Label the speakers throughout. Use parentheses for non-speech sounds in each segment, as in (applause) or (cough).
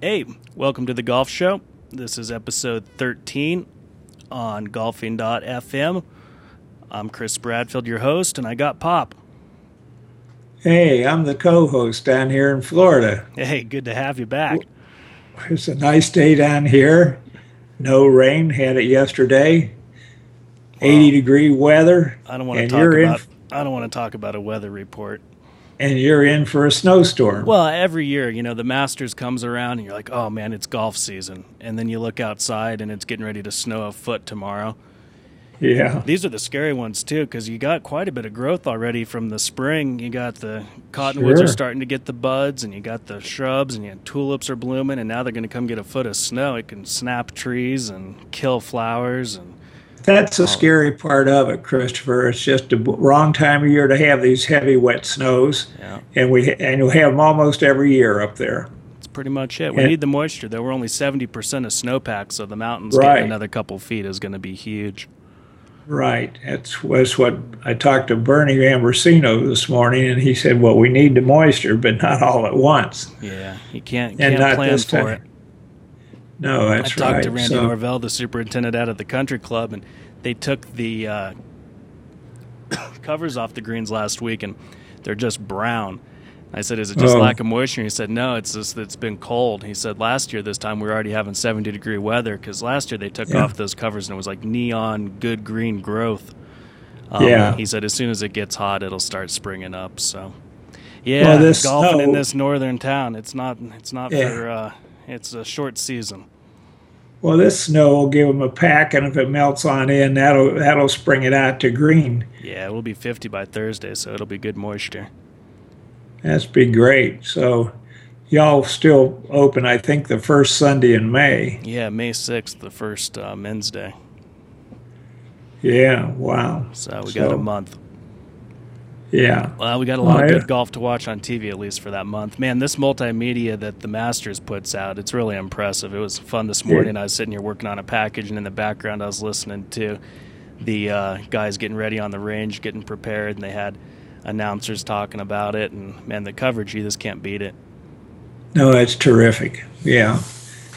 Speaker 1: Hey, welcome to the Golf Show. This is episode 13 on golfing.fm. I'm Chris Bradfield, your host, and I got Pop.
Speaker 2: Hey, I'm the co host down here in Florida.
Speaker 1: Hey, good to have you back.
Speaker 2: It's a nice day down here. No rain, had it yesterday. 80 degree weather.
Speaker 1: I don't want to
Speaker 2: and
Speaker 1: talk
Speaker 2: you're in
Speaker 1: about
Speaker 2: f-
Speaker 1: I don't want to talk about a weather report.
Speaker 2: and you're in for a snowstorm.
Speaker 1: Well, every year, you know, the Masters comes around and you're like, "Oh man, it's golf season." And then you look outside and it's getting ready to snow a foot tomorrow.
Speaker 2: yeah.
Speaker 1: These are the scary ones too, because you got quite a bit of growth already from the spring. You got the cottonwoods are
Speaker 2: Sure.
Speaker 1: starting to get the buds, and you got the shrubs, and your tulips are blooming, and now they're going to come get a foot of snow. It can snap trees and kill flowers, and
Speaker 2: That's the scary part of it, Christopher. It's just the b- wrong time of year to have these heavy, wet snows.
Speaker 1: yeah,
Speaker 2: And we and we have them almost every year up there.
Speaker 1: that's pretty much it. We
Speaker 2: Yeah.
Speaker 1: need the moisture. though. We're only seventy percent of snowpack, so the mountains
Speaker 2: Right.
Speaker 1: getting another couple feet is going to be huge.
Speaker 2: Right. That's was what I talked to Bernie Ambrosino this morning, and he said, "Well, we need the moisture, but not all at once."
Speaker 1: Yeah, you can't
Speaker 2: And
Speaker 1: can't
Speaker 2: not
Speaker 1: plan
Speaker 2: this
Speaker 1: for
Speaker 2: time.
Speaker 1: it.
Speaker 2: No,
Speaker 1: I
Speaker 2: that's
Speaker 1: talked
Speaker 2: right.
Speaker 1: to Randy
Speaker 2: So-
Speaker 1: Norvell, the superintendent out of the country club, and they took the uh, (coughs) covers off the greens last week, and they're just brown. I said, "Is it just
Speaker 2: Oh.
Speaker 1: lack of moisture?" He said, "No, it's just that it's been cold." He said, "Last year this time we were already having 70 degree weather because last year they took
Speaker 2: Yeah.
Speaker 1: off those covers and it was like neon good green growth." Um,
Speaker 2: Yeah.
Speaker 1: He said, "As soon as it gets hot, it'll start springing up." So, yeah,
Speaker 2: this
Speaker 1: golfing in
Speaker 2: snow-
Speaker 1: this northern town, it's not it's not
Speaker 2: Yeah.
Speaker 1: for uh, it's a short season.
Speaker 2: Well, this snow will give them a pack, and if it melts on in, that'll that'll spring it out to green.
Speaker 1: Yeah, it will be 50 by Thursday, so it'll be good moisture.
Speaker 2: That's be great. So, y'all still open? I think the first Sunday in May.
Speaker 1: Yeah, May 6th, the first uh, men's day.
Speaker 2: Yeah. Wow.
Speaker 1: So we got a
Speaker 2: So-
Speaker 1: month.
Speaker 2: Yeah.
Speaker 1: Well, we got a lot
Speaker 2: Oh,
Speaker 1: of
Speaker 2: yeah.
Speaker 1: good golf to watch on TV, at least for that month. Man, this multimedia that the Masters puts out, it's really impressive. It was fun this morning. I was sitting here working on a package, and in the background, I was listening to the uh, guys getting ready on the range, getting prepared, and they had announcers talking about it. And man, the coverage, you just can't beat it.
Speaker 2: No, it's terrific. Yeah.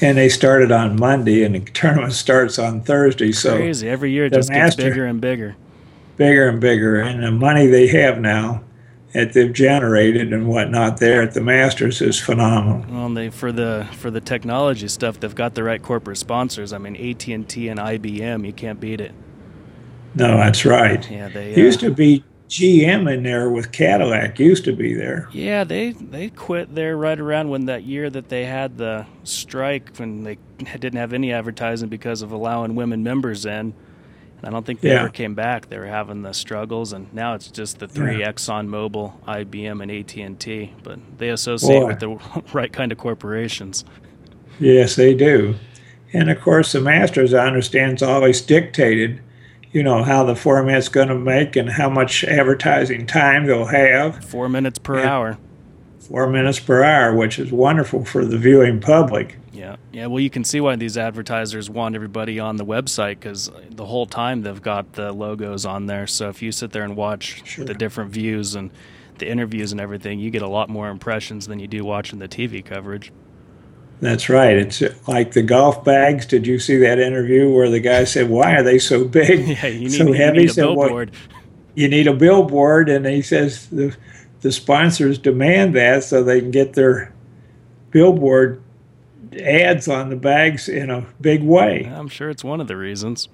Speaker 2: And they started on Monday, and the tournament starts on Thursday. So
Speaker 1: Crazy. Every year it
Speaker 2: the
Speaker 1: just
Speaker 2: Master-
Speaker 1: gets bigger and bigger.
Speaker 2: bigger and bigger, and the money they have now that they've generated and whatnot there at the Masters is phenomenal.
Speaker 1: Well, they for the for the technology stuff, they've got the right corporate sponsors. I mean, AT and T and IBM, you can't beat it.
Speaker 2: No, that's right.
Speaker 1: Yeah, they uh,
Speaker 2: Used to be GM in there with Cadillac. Used to be there.
Speaker 1: Yeah, they they quit there right around when that year that they had the strike when they didn't have any advertising because of allowing women members in. And I don't think they
Speaker 2: Yeah.
Speaker 1: ever came back. They were having the struggles, and now it's just the three Exxon ExxonMobil, IBM, and AT and T. But they associate
Speaker 2: Boy.
Speaker 1: with the (laughs) right kind of corporations.
Speaker 2: Yes, they do. And of course, the Masters, I understand, is always dictated. You know how the format's going to make and how much advertising time they'll have.
Speaker 1: Four minutes per
Speaker 2: Yeah.
Speaker 1: hour.
Speaker 2: Four minutes per hour, which is wonderful for the viewing public.
Speaker 1: Yeah, yeah. Well, you can see why these advertisers want everybody on the website because the whole time they've got the logos on there. So if you sit there and watch
Speaker 2: Sure.
Speaker 1: the different views and the interviews and everything, you get a lot more impressions than you do watching the TV coverage.
Speaker 2: That's right. It's like the golf bags. Did you see that interview where the guy said, "Why are they so
Speaker 1: (laughs)
Speaker 2: big,
Speaker 1: (laughs) Yeah, you need,
Speaker 2: so
Speaker 1: you
Speaker 2: heavy?"
Speaker 1: need a
Speaker 2: So what-
Speaker 1: billboard.
Speaker 2: you need a billboard and he says the, the sponsors demand that so they can get their billboard ads on the bags in a big way
Speaker 1: I'm sure it's one of the reasons.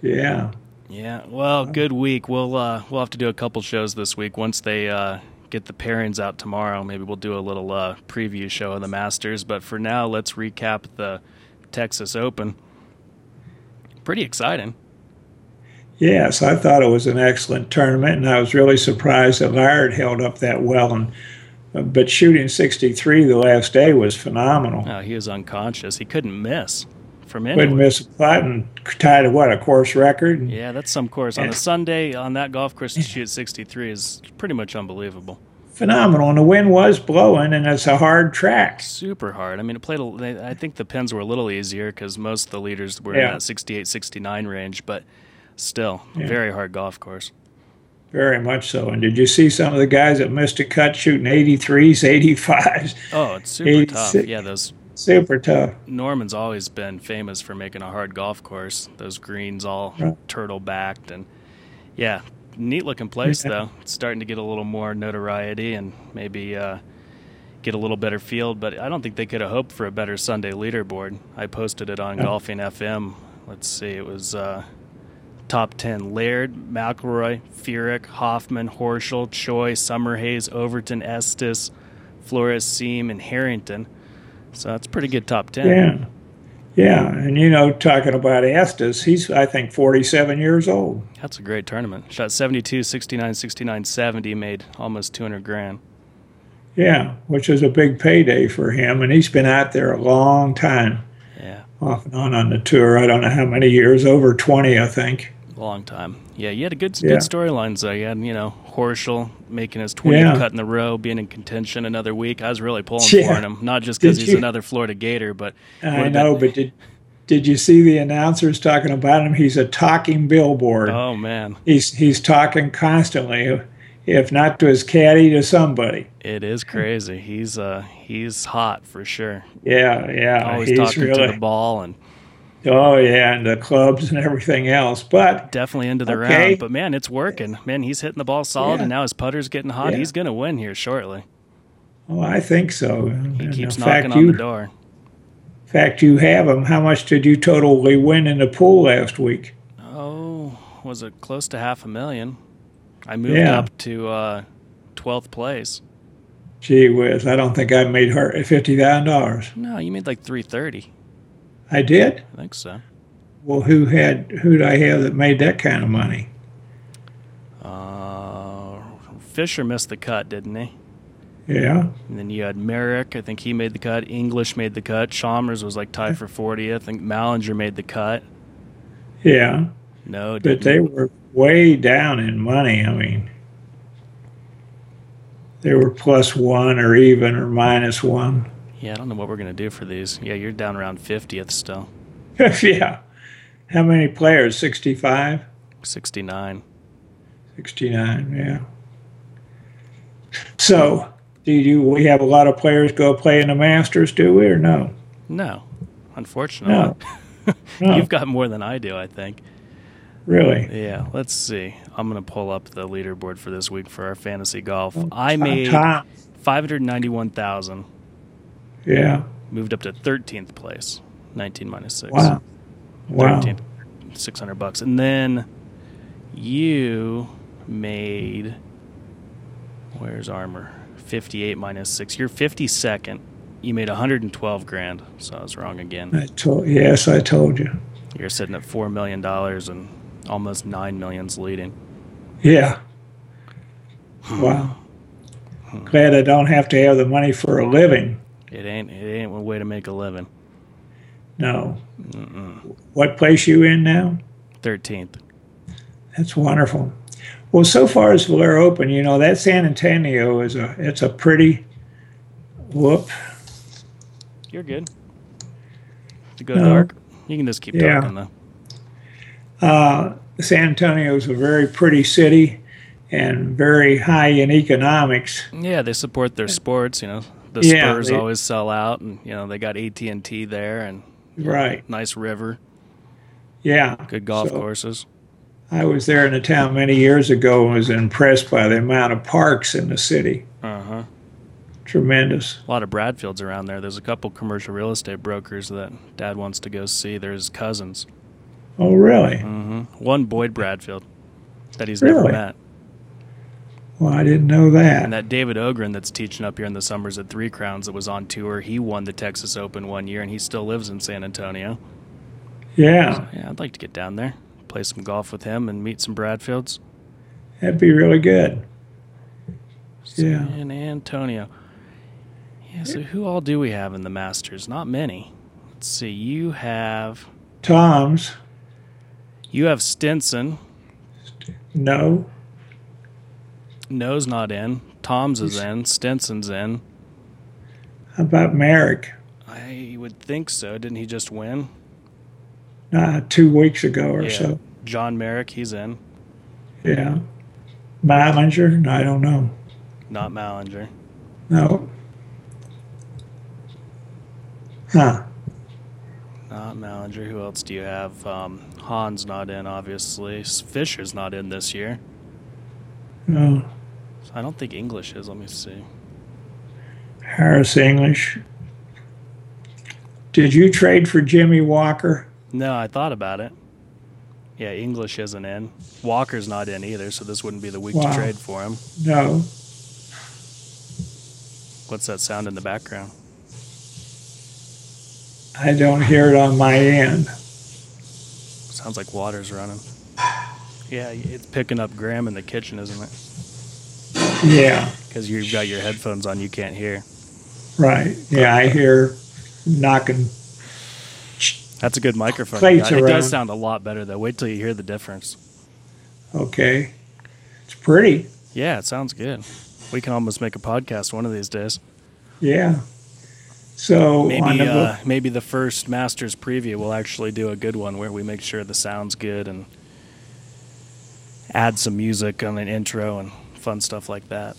Speaker 2: yeah
Speaker 1: Yeah. Well, good week. We'll uh, we'll have to do a couple shows this week once they uh, get the pairings out tomorrow. Maybe we'll do a little uh, preview show of the Masters. But for now, let's recap the Texas Open. Pretty exciting.
Speaker 2: yes i thought it was an excellent tournament and i was really surprised that laird held up that well and but shooting 63 the last day was phenomenal
Speaker 1: Oh, he was unconscious. He couldn't miss from
Speaker 2: wouldn't
Speaker 1: anywhere.
Speaker 2: miss a putt and tied what a course record
Speaker 1: Yeah, that's some course. On a
Speaker 2: Yeah.
Speaker 1: Sunday on that golf course to shoot 63 is pretty much unbelievable.
Speaker 2: phenomenal and the wind was blowing and it's a hard track
Speaker 1: super hard. I mean, it played. A, they- I think the pins were a little easier because most of the leaders were in
Speaker 2: Yeah.
Speaker 1: that 68, 69 range, but still, very hard golf course.
Speaker 2: Very much so. And did you see some of the guys that missed a cut shooting 83s, 85s?
Speaker 1: Oh, it's super tough. Yeah, those
Speaker 2: (laughs) Super tough.
Speaker 1: Norman's always been famous for making a hard golf course. Those greens all
Speaker 2: Right.
Speaker 1: turtle backed and yeah, neat looking place
Speaker 2: Yeah.
Speaker 1: though. It's starting to get a little more notoriety and maybe uh, get a little better field. But I don't think they could have hoped for a better Sunday leaderboard. I posted it on
Speaker 2: Yeah.
Speaker 1: Golfing FM. Let's see, it was uh, top ten: Laird, McElroy, Furyk, Hoffman, Horschel, Choi, Summerhays, Overton, Estes, Flores, Seam, and Harrington. So that's a pretty good top ten.
Speaker 2: Yeah. Yeah. And you know, talking about Estes, he's, I think, 47 years old.
Speaker 1: That's a great tournament. Shot 72, 69, 69, 70, made almost 200 grand.
Speaker 2: Yeah. Which was a big payday for him. And he's been out there a long time,
Speaker 1: Yeah,
Speaker 2: off and on on the tour. I don't know how many years, over 20, I think.
Speaker 1: long time. Yeah, you had a good
Speaker 2: Yeah.
Speaker 1: good storylines though. You had you know Horschel making his 20th
Speaker 2: Yeah.
Speaker 1: cut in the row, being in contention another week. I was really pulling
Speaker 2: Yeah.
Speaker 1: for him, not just because
Speaker 2: Did
Speaker 1: he's
Speaker 2: you?
Speaker 1: another Florida Gator, but
Speaker 2: I
Speaker 1: would've
Speaker 2: know,
Speaker 1: been-
Speaker 2: but did. Did you see the announcers talking about him? He's a talking billboard.
Speaker 1: oh man,
Speaker 2: He's he's talking constantly, if not to his caddy, to somebody.
Speaker 1: it is crazy. He's uh he's hot for sure.
Speaker 2: Yeah, yeah.
Speaker 1: Always
Speaker 2: Oh, he's
Speaker 1: talking
Speaker 2: really,
Speaker 1: to the ball and
Speaker 2: Oh yeah, and the clubs and everything else. But
Speaker 1: definitely into the
Speaker 2: Okay.
Speaker 1: round. But man, it's working. Man, he's hitting the ball solid,
Speaker 2: Yeah.
Speaker 1: and now his putter's getting hot.
Speaker 2: Yeah.
Speaker 1: He's gonna win here shortly.
Speaker 2: oh, I think so. And
Speaker 1: He
Speaker 2: in
Speaker 1: keeps
Speaker 2: fact,
Speaker 1: knocking on
Speaker 2: you,
Speaker 1: the door.
Speaker 2: In fact, you have him. How much did you totally win in the pool last week?
Speaker 1: Oh, was it close to half a million? I moved
Speaker 2: Yeah.
Speaker 1: up to uh, 12th place.
Speaker 2: Gee whiz! I don't think I made her fifty thousand dollars.
Speaker 1: No, you made like 330.
Speaker 2: I did.
Speaker 1: I think so.
Speaker 2: Well, who had who would I have that made that kind of money?
Speaker 1: Uh, Fisher missed the cut, didn't he?
Speaker 2: Yeah.
Speaker 1: And then you had Merrick. I think he made the cut. English made the cut. Chalmers was like tied for 40th. I think Mallinger made the cut.
Speaker 2: Yeah.
Speaker 1: No, didn't.
Speaker 2: But they were way down in money. I mean, they were plus one or even or minus one.
Speaker 1: yeah, I don't know what we're going to do for these. Yeah, you're down around 50th still.
Speaker 2: (laughs) yeah. How many players? 65?
Speaker 1: 69.
Speaker 2: 69, yeah. So, do you, we have a lot of players go play in the Masters, do we, or no?
Speaker 1: No,
Speaker 2: No.
Speaker 1: unfortunately.
Speaker 2: No,
Speaker 1: (laughs) You've got more than I do, I think.
Speaker 2: really.
Speaker 1: Yeah, let's see. I'm gonna pull up the leaderboard for this week for our fantasy golf. I made
Speaker 2: Uh, Tom,
Speaker 1: five hundred ninety-one thousand,
Speaker 2: yeah.
Speaker 1: moved up to thirteenth place, nineteen minus six.
Speaker 2: Wow. Wow.
Speaker 1: six hundred bucks, and then you made. Where's armor? Fifty-eight minus six. You're fifty-second. You made 112 grand, so I was wrong again.
Speaker 2: I told, yes, I told you.
Speaker 1: You're sitting at four million dollars and almost nine millions leading.
Speaker 2: Yeah. Wow. Glad I don't have to have the money for a living.
Speaker 1: It ain't it ain't one way to make a living.
Speaker 2: No. What place you in now?
Speaker 1: Thirteenth.
Speaker 2: That's wonderful. Well, so far as Valero Open, you know that San Antonio is a it's a pretty whoop.
Speaker 1: You're good. To go
Speaker 2: No.
Speaker 1: dark. You can just keep
Speaker 2: Yeah.
Speaker 1: talking though.
Speaker 2: Uh, San Antonio is a very pretty city and very high in economics.
Speaker 1: Yeah, they support their sports. You know, the
Speaker 2: Yeah,
Speaker 1: Spurs
Speaker 2: they-
Speaker 1: always sell out, and you know they got AT and T there and
Speaker 2: Right.
Speaker 1: nice river,
Speaker 2: Yeah.
Speaker 1: good golf
Speaker 2: So
Speaker 1: courses.
Speaker 2: I was there in the town many years ago and was impressed by the amount of parks in the city.
Speaker 1: Uh huh.
Speaker 2: Tremendous.
Speaker 1: A lot of Bradfields around there. There's a couple commercial real estate brokers that Dad wants to go see. There's cousins.
Speaker 2: Oh, really?
Speaker 1: Mm-hmm. One Boyd Bradfield that he's never
Speaker 2: Mm-hmm. Really?
Speaker 1: met,
Speaker 2: Well, I didn't know that.
Speaker 1: and that David Ogren that's teaching up here in the summers at Three Crowns that was on tour. He won the Texas Open one year, and he still lives in San Antonio.
Speaker 2: Yeah,
Speaker 1: Yeah, I'd like to get down there, play some golf with him, and meet some Bradfields.
Speaker 2: that'd be really good. Yeah.
Speaker 1: San Antonio. Yeah, so who all do we have in the Masters? Not many. Let's see. You have
Speaker 2: Tom's,
Speaker 1: you have Stinson.
Speaker 2: no.
Speaker 1: No's not in. Tom's is in. Stinson's in.
Speaker 2: How about Merrick?
Speaker 1: I would think so. Didn't he just win?
Speaker 2: Uh, two weeks ago or so.
Speaker 1: John Merrick, he's in.
Speaker 2: Yeah. Malinger? No, I don't know.
Speaker 1: Not Malinger.
Speaker 2: No. Huh.
Speaker 1: Not Malinger. Who else do you have? Um, Han's not in, obviously. Fisher's not in this year.
Speaker 2: No.
Speaker 1: I don't think English is. Let me see.
Speaker 2: Harris English. Did you trade for Jimmy Walker?
Speaker 1: No, I thought about it. Yeah, English isn't in. Walker's not in either, so this wouldn't be the week
Speaker 2: Wow.
Speaker 1: to trade for him.
Speaker 2: No.
Speaker 1: What's that sound in the background?
Speaker 2: I don't hear it on my end.
Speaker 1: Sounds like water's running. (sighs) Yeah, it's picking up Graham in the kitchen, isn't it?
Speaker 2: Yeah.
Speaker 1: Because you've got your headphones on, you can't hear.
Speaker 2: Right. Yeah, I hear knocking.
Speaker 1: That's a good microphone. you
Speaker 2: Plates
Speaker 1: got. It
Speaker 2: around.
Speaker 1: does sound a lot better though. Wait till you hear the difference.
Speaker 2: Okay. It's pretty.
Speaker 1: Yeah, it sounds good. We can almost make a podcast one of these days.
Speaker 2: Yeah. So on
Speaker 1: Maybe
Speaker 2: the
Speaker 1: uh, maybe the first Masters preview we'll actually do a good one where we make sure the sound's good and add some music on an intro and fun stuff like that.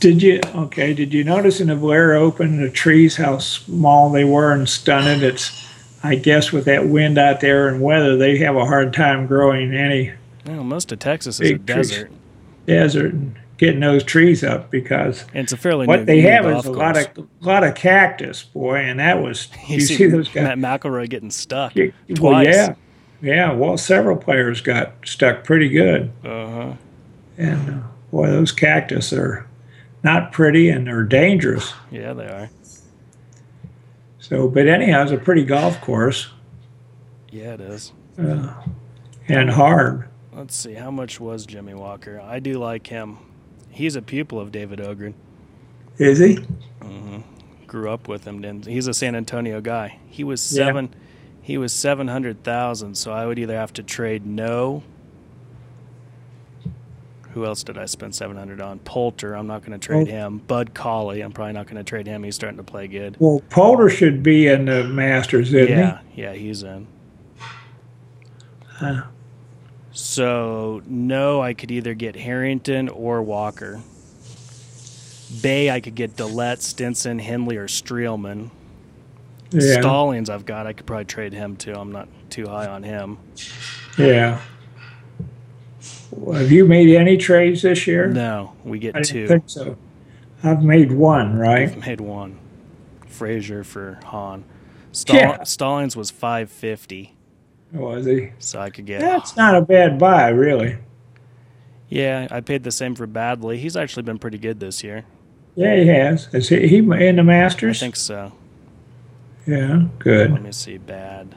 Speaker 2: Did you okay? Did you notice in the Blair Open the trees how small they were and stunted? It's, I guess, with that wind out there and weather, they have a hard time growing any
Speaker 1: Well, most of Texas is a
Speaker 2: Big trees.
Speaker 1: desert.
Speaker 2: desert and getting those trees up because
Speaker 1: And it's a fairly new
Speaker 2: what they
Speaker 1: new
Speaker 2: have
Speaker 1: golf
Speaker 2: is a
Speaker 1: (laughs)
Speaker 2: lot
Speaker 1: course.
Speaker 2: of lot of cactus, boy, and
Speaker 1: (laughs)
Speaker 2: that was you, see, those guys
Speaker 1: Matt McElroy getting stuck
Speaker 2: well,
Speaker 1: twice.
Speaker 2: yeah, yeah. Well, several players got stuck pretty good,
Speaker 1: Uh-huh.
Speaker 2: and uh, boy, those cactus are not pretty and they're dangerous.
Speaker 1: Yeah, they are.
Speaker 2: So, but anyhow, it's a pretty golf course.
Speaker 1: Yeah, it is.
Speaker 2: uh, and hard.
Speaker 1: Let's see. How much was Jimmy Walker? I do like him. He's a pupil of David Ogren.
Speaker 2: Is he?
Speaker 1: Grew up with him. Didn't he's a San Antonio guy. He was
Speaker 2: Yeah.
Speaker 1: seven. He was seven hundred thousand. So I would either have to trade no. Who else did I spend seven hundred on? Poulter. I'm not going to trade
Speaker 2: Pol-
Speaker 1: him. Bud Colley. I'm probably not going to trade him. He's starting to play good.
Speaker 2: Well, Polder should be in the Masters, isn't
Speaker 1: yeah, yeah, he's in.
Speaker 2: he? Uh,
Speaker 1: So no, I could either get Harrington or Walker. Bay, I could get Dillette, Stinson, Henley, or Streelman.
Speaker 2: yeah.
Speaker 1: Stallings, I've got. I could probably trade him too. I'm not too high on him.
Speaker 2: Yeah. Well, Have you made any trades this year?
Speaker 1: No, we
Speaker 2: I
Speaker 1: get
Speaker 2: didn't
Speaker 1: two.
Speaker 2: think so. I've made one, right?
Speaker 1: Made one. Frazier for Hahn. Stall-
Speaker 2: Yeah.
Speaker 1: Stallings was 550,
Speaker 2: Was he?
Speaker 1: so I could get.
Speaker 2: That's not a bad buy, really.
Speaker 1: Yeah, I paid the same for Badley. He's actually been pretty good this year.
Speaker 2: Yeah, he has. Is he, he in
Speaker 1: I
Speaker 2: the Masters?
Speaker 1: think so.
Speaker 2: Yeah,
Speaker 1: Let
Speaker 2: good.
Speaker 1: me see. Bad.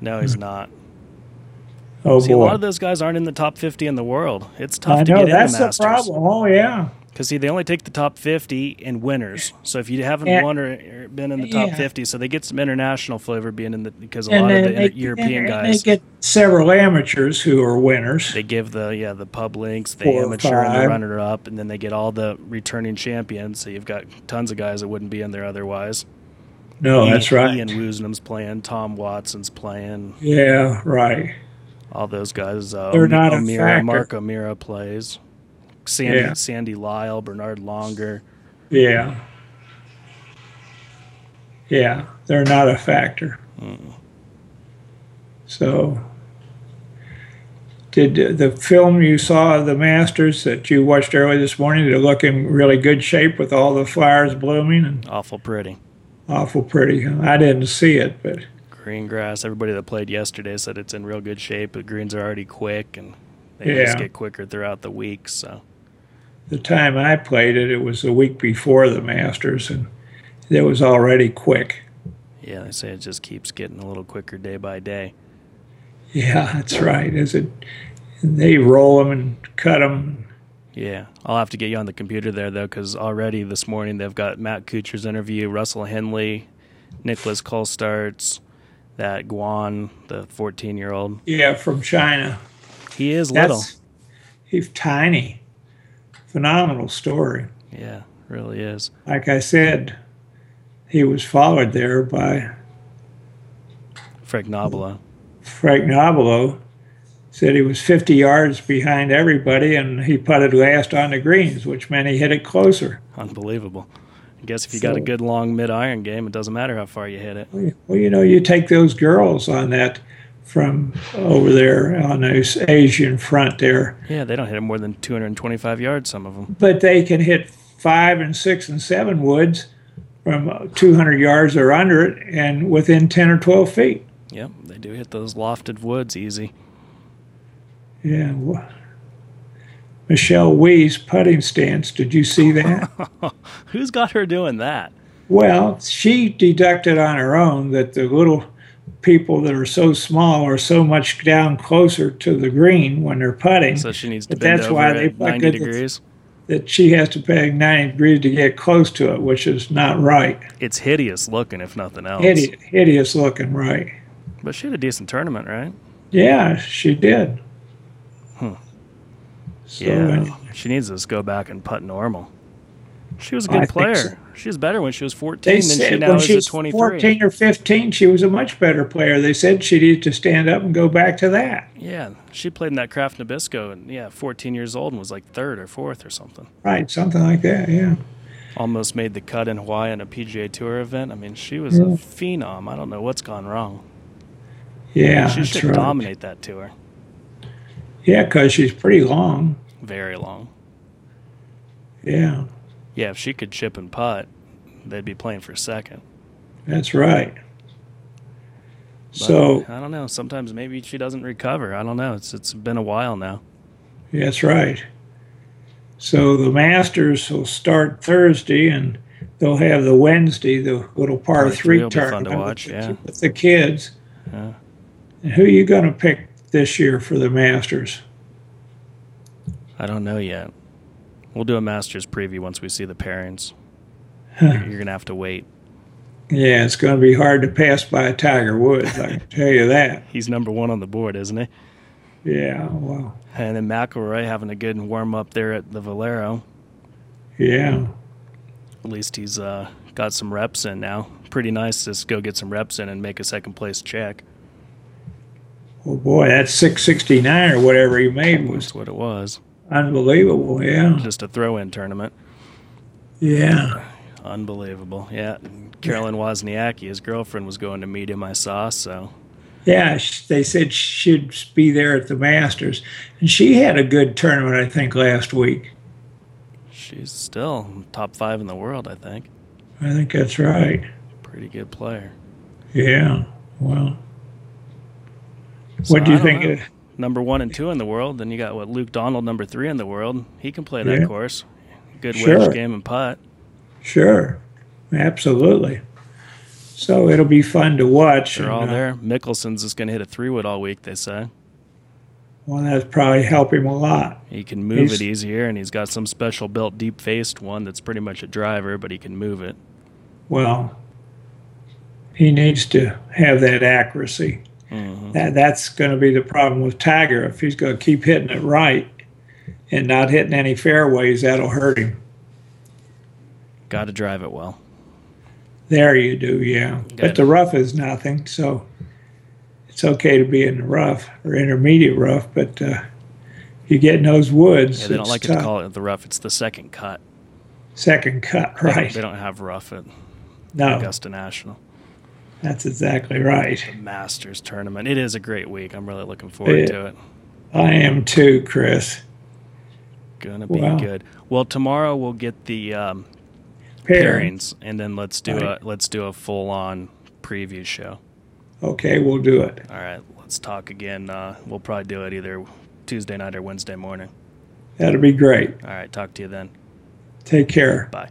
Speaker 1: No, he's not.
Speaker 2: Oh
Speaker 1: See, a lot
Speaker 2: boy,
Speaker 1: of those guys aren't in the top 50 in the world. It's tough
Speaker 2: I
Speaker 1: to
Speaker 2: know
Speaker 1: get in
Speaker 2: that's the,
Speaker 1: the Masters.
Speaker 2: problem. Oh yeah,
Speaker 1: Because, see, they only take the top 50 and winners. So if you haven't
Speaker 2: Yeah.
Speaker 1: won or, or been in the top
Speaker 2: Yeah.
Speaker 1: 50, so they get some international flavor being in the, because a
Speaker 2: and
Speaker 1: lot of the
Speaker 2: then they,
Speaker 1: inter- European
Speaker 2: and
Speaker 1: guys,
Speaker 2: they get several amateurs who are winners.
Speaker 1: they give the, yeah, the pub links, the
Speaker 2: Four or
Speaker 1: amateur and the
Speaker 2: five.
Speaker 1: runner up, and then they get all the returning champions. So you've got tons of guys that wouldn't be in there otherwise.
Speaker 2: no,
Speaker 1: Ian-
Speaker 2: Oh, that's right.
Speaker 1: Ian Woosnam's playing, Tom Watson's playing,
Speaker 2: Yeah, right.
Speaker 1: all those guys. Uh,
Speaker 2: They're
Speaker 1: Om-
Speaker 2: not a
Speaker 1: O'Meara,
Speaker 2: factor.
Speaker 1: Mark O'Meara plays. Sandy,
Speaker 2: Yeah.
Speaker 1: Sandy Lyle, Bernard Longer.
Speaker 2: Yeah. Yeah, they're not a factor. So, did uh, the film you saw of the Masters that you watched early this morning, they look in really good shape with all the flowers blooming and
Speaker 1: Awful pretty.
Speaker 2: awful pretty. huh? I didn't see it, but
Speaker 1: Green grass. Everybody that played yesterday said it's in real good shape. The greens are already quick and they just
Speaker 2: Yeah.
Speaker 1: get quicker throughout the week. So
Speaker 2: the time I played it, it was the week before the Masters, and it was already quick. (laughs)
Speaker 1: yeah, they say it just keeps getting a little quicker day by day.
Speaker 2: Yeah, that's right. Is it? They roll them and cut them.
Speaker 1: Yeah, I'll have to get you on the computer there though, because already this morning they've got Matt Kuchar's interview, Russell Henley, Nicholas Colstarts, that Guan, the 14 year old.
Speaker 2: Yeah, from China.
Speaker 1: He is little.
Speaker 2: That's he's tiny. Phenomenal story.
Speaker 1: Yeah, really is.
Speaker 2: Like I said, he was followed there by
Speaker 1: Frank Nabla.
Speaker 2: Frank Nobilo, said he was 50 yards behind everybody, and he putted last on the greens, which meant he hit it closer.
Speaker 1: Unbelievable. I guess if you got
Speaker 2: So-
Speaker 1: a good long mid iron game, it doesn't matter how far you hit it.
Speaker 2: Well, you know, you take those girls on that from over there on those Asian front there,
Speaker 1: Yeah, they don't hit it more than 225 yards, some of them.
Speaker 2: but they can hit five and six and seven woods from 200 yards or under it and within 10 or 12 feet.
Speaker 1: Yep, they do hit those lofted woods easy. (laughs)
Speaker 2: Yeah. wha- Michelle Wee's putting stance. Did you see
Speaker 1: (laughs)
Speaker 2: that?
Speaker 1: Who's got her doing that?
Speaker 2: well, she deducted on her own that the little people that are so small are so much down closer to the green when they're putting
Speaker 1: So she needs to
Speaker 2: But
Speaker 1: bend
Speaker 2: that's
Speaker 1: over
Speaker 2: why they
Speaker 1: at
Speaker 2: play
Speaker 1: 90
Speaker 2: good-
Speaker 1: degrees.
Speaker 2: that she has to peg 90 degrees to get close to it, which is not right.
Speaker 1: It's hideous looking, if nothing else.
Speaker 2: Hideous, hideous looking, right?
Speaker 1: But she had a decent tournament, right?
Speaker 2: Yeah, she did.
Speaker 1: Huh.
Speaker 2: So,
Speaker 1: yeah.
Speaker 2: uh,
Speaker 1: She needs to just go back and putt normal. She was a
Speaker 2: I
Speaker 1: good
Speaker 2: think
Speaker 1: player.
Speaker 2: so.
Speaker 1: She was better when she was 14 than
Speaker 2: They
Speaker 1: she
Speaker 2: said
Speaker 1: now
Speaker 2: when
Speaker 1: is
Speaker 2: she
Speaker 1: at
Speaker 2: was
Speaker 1: 23.
Speaker 2: 14 or 15, she was a much better player. They said she needed to stand up and go back to that.
Speaker 1: Yeah, she played in that Kraft Nabisco, and yeah, 14 years old and was like third or fourth or something.
Speaker 2: Right, something like that, yeah.
Speaker 1: Almost made the cut in Hawaii in a PGA Tour event. I mean, she was a
Speaker 2: Yeah.
Speaker 1: phenom. I don't know what's gone wrong.
Speaker 2: Yeah,
Speaker 1: She
Speaker 2: that's
Speaker 1: should
Speaker 2: right.
Speaker 1: dominate that tour.
Speaker 2: Yeah, because she's pretty long.
Speaker 1: Very long.
Speaker 2: Yeah,
Speaker 1: Yeah, if she could chip and putt, they'd be playing for second.
Speaker 2: that's right.
Speaker 1: But
Speaker 2: So,
Speaker 1: I don't know. Sometimes maybe she doesn't recover. I don't know. It's it's been a while now.
Speaker 2: That's right. So the Masters will start Thursday, and they'll have the Wednesday, the little par
Speaker 1: Par
Speaker 2: three
Speaker 1: three will be fun
Speaker 2: tournament
Speaker 1: to watch,
Speaker 2: with,
Speaker 1: yeah.
Speaker 2: the, with the kids.
Speaker 1: Yeah.
Speaker 2: And who are you going to pick this year for the Masters? (laughs)
Speaker 1: I don't know yet. We'll do a Masters preview once we see the pairings. You're, you're gonna have to wait.
Speaker 2: Yeah, it's going to be hard to pass by Tiger Woods. I can tell you that.
Speaker 1: He's number one on the board, isn't he?
Speaker 2: Yeah, well,
Speaker 1: And then McElroy having a good warm up there at the Valero.
Speaker 2: yeah,
Speaker 1: At least he's uh, got some reps in now. Pretty nice to just go get some reps in and make a second place check.
Speaker 2: well, boy, that 669 or whatever he made was
Speaker 1: That's what it was.
Speaker 2: unbelievable. Yeah,
Speaker 1: Just a throw in tournament.
Speaker 2: yeah,
Speaker 1: Unbelievable. Yeah. and Carolyn Wozniacki, his girlfriend, was going to meet him, I saw. So,
Speaker 2: yeah. sh- They said she'd be there at the Masters, and she had a good tournament, I think, last week.
Speaker 1: she's still top five in the world, I think.
Speaker 2: I think that's right.
Speaker 1: Pretty good player.
Speaker 2: Yeah. Well,
Speaker 1: So
Speaker 2: what do you
Speaker 1: I don't
Speaker 2: think?
Speaker 1: know.
Speaker 2: Of,
Speaker 1: number one and two in the world. Then you got what Luke Donald, number three in the world. He can play that
Speaker 2: Yeah.
Speaker 1: course. Good
Speaker 2: Sure.
Speaker 1: wedge game and putt.
Speaker 2: sure. Absolutely. So it'll be fun to watch.
Speaker 1: They're
Speaker 2: and,
Speaker 1: all
Speaker 2: uh,
Speaker 1: there. Mickelson's is going to hit a three wood all week. They say
Speaker 2: Well, that's probably help him a lot.
Speaker 1: he can move
Speaker 2: He's-
Speaker 1: it easier, and he's got some special built deep faced one that's pretty much a driver, but he can move it.
Speaker 2: Well, he needs to have that accuracy.
Speaker 1: hmm
Speaker 2: That that's going to be the problem with Tiger. If he's going to keep hitting it right and not hitting any fairways, that'll hurt him.
Speaker 1: Got to drive it well.
Speaker 2: There you do, yeah.
Speaker 1: Good.
Speaker 2: But the rough is nothing, so it's okay to be in the rough or intermediate rough. But uh, you get in those woods,
Speaker 1: Yeah, they don't
Speaker 2: it's
Speaker 1: like it
Speaker 2: tough.
Speaker 1: to call it the rough. It's the second cut.
Speaker 2: second cut,
Speaker 1: They don't-
Speaker 2: right? Oh.
Speaker 1: They don't have rough at
Speaker 2: No,
Speaker 1: Augusta National.
Speaker 2: that's exactly right.
Speaker 1: Masters tournament. It is a great week. I'm really looking forward
Speaker 2: Yeah.
Speaker 1: to it.
Speaker 2: I am too, Chris.
Speaker 1: Gonna be
Speaker 2: Wow.
Speaker 1: good. Well, tomorrow we'll get the um,
Speaker 2: Pairing.
Speaker 1: pairings, and then let's do a
Speaker 2: Right.
Speaker 1: let's do a full on preview show.
Speaker 2: Okay, we'll do it.
Speaker 1: All right, let's talk again. Uh, we'll probably do it either Tuesday night or Wednesday morning.
Speaker 2: That'll be great.
Speaker 1: All right, talk to you then.
Speaker 2: Take care.
Speaker 1: Bye.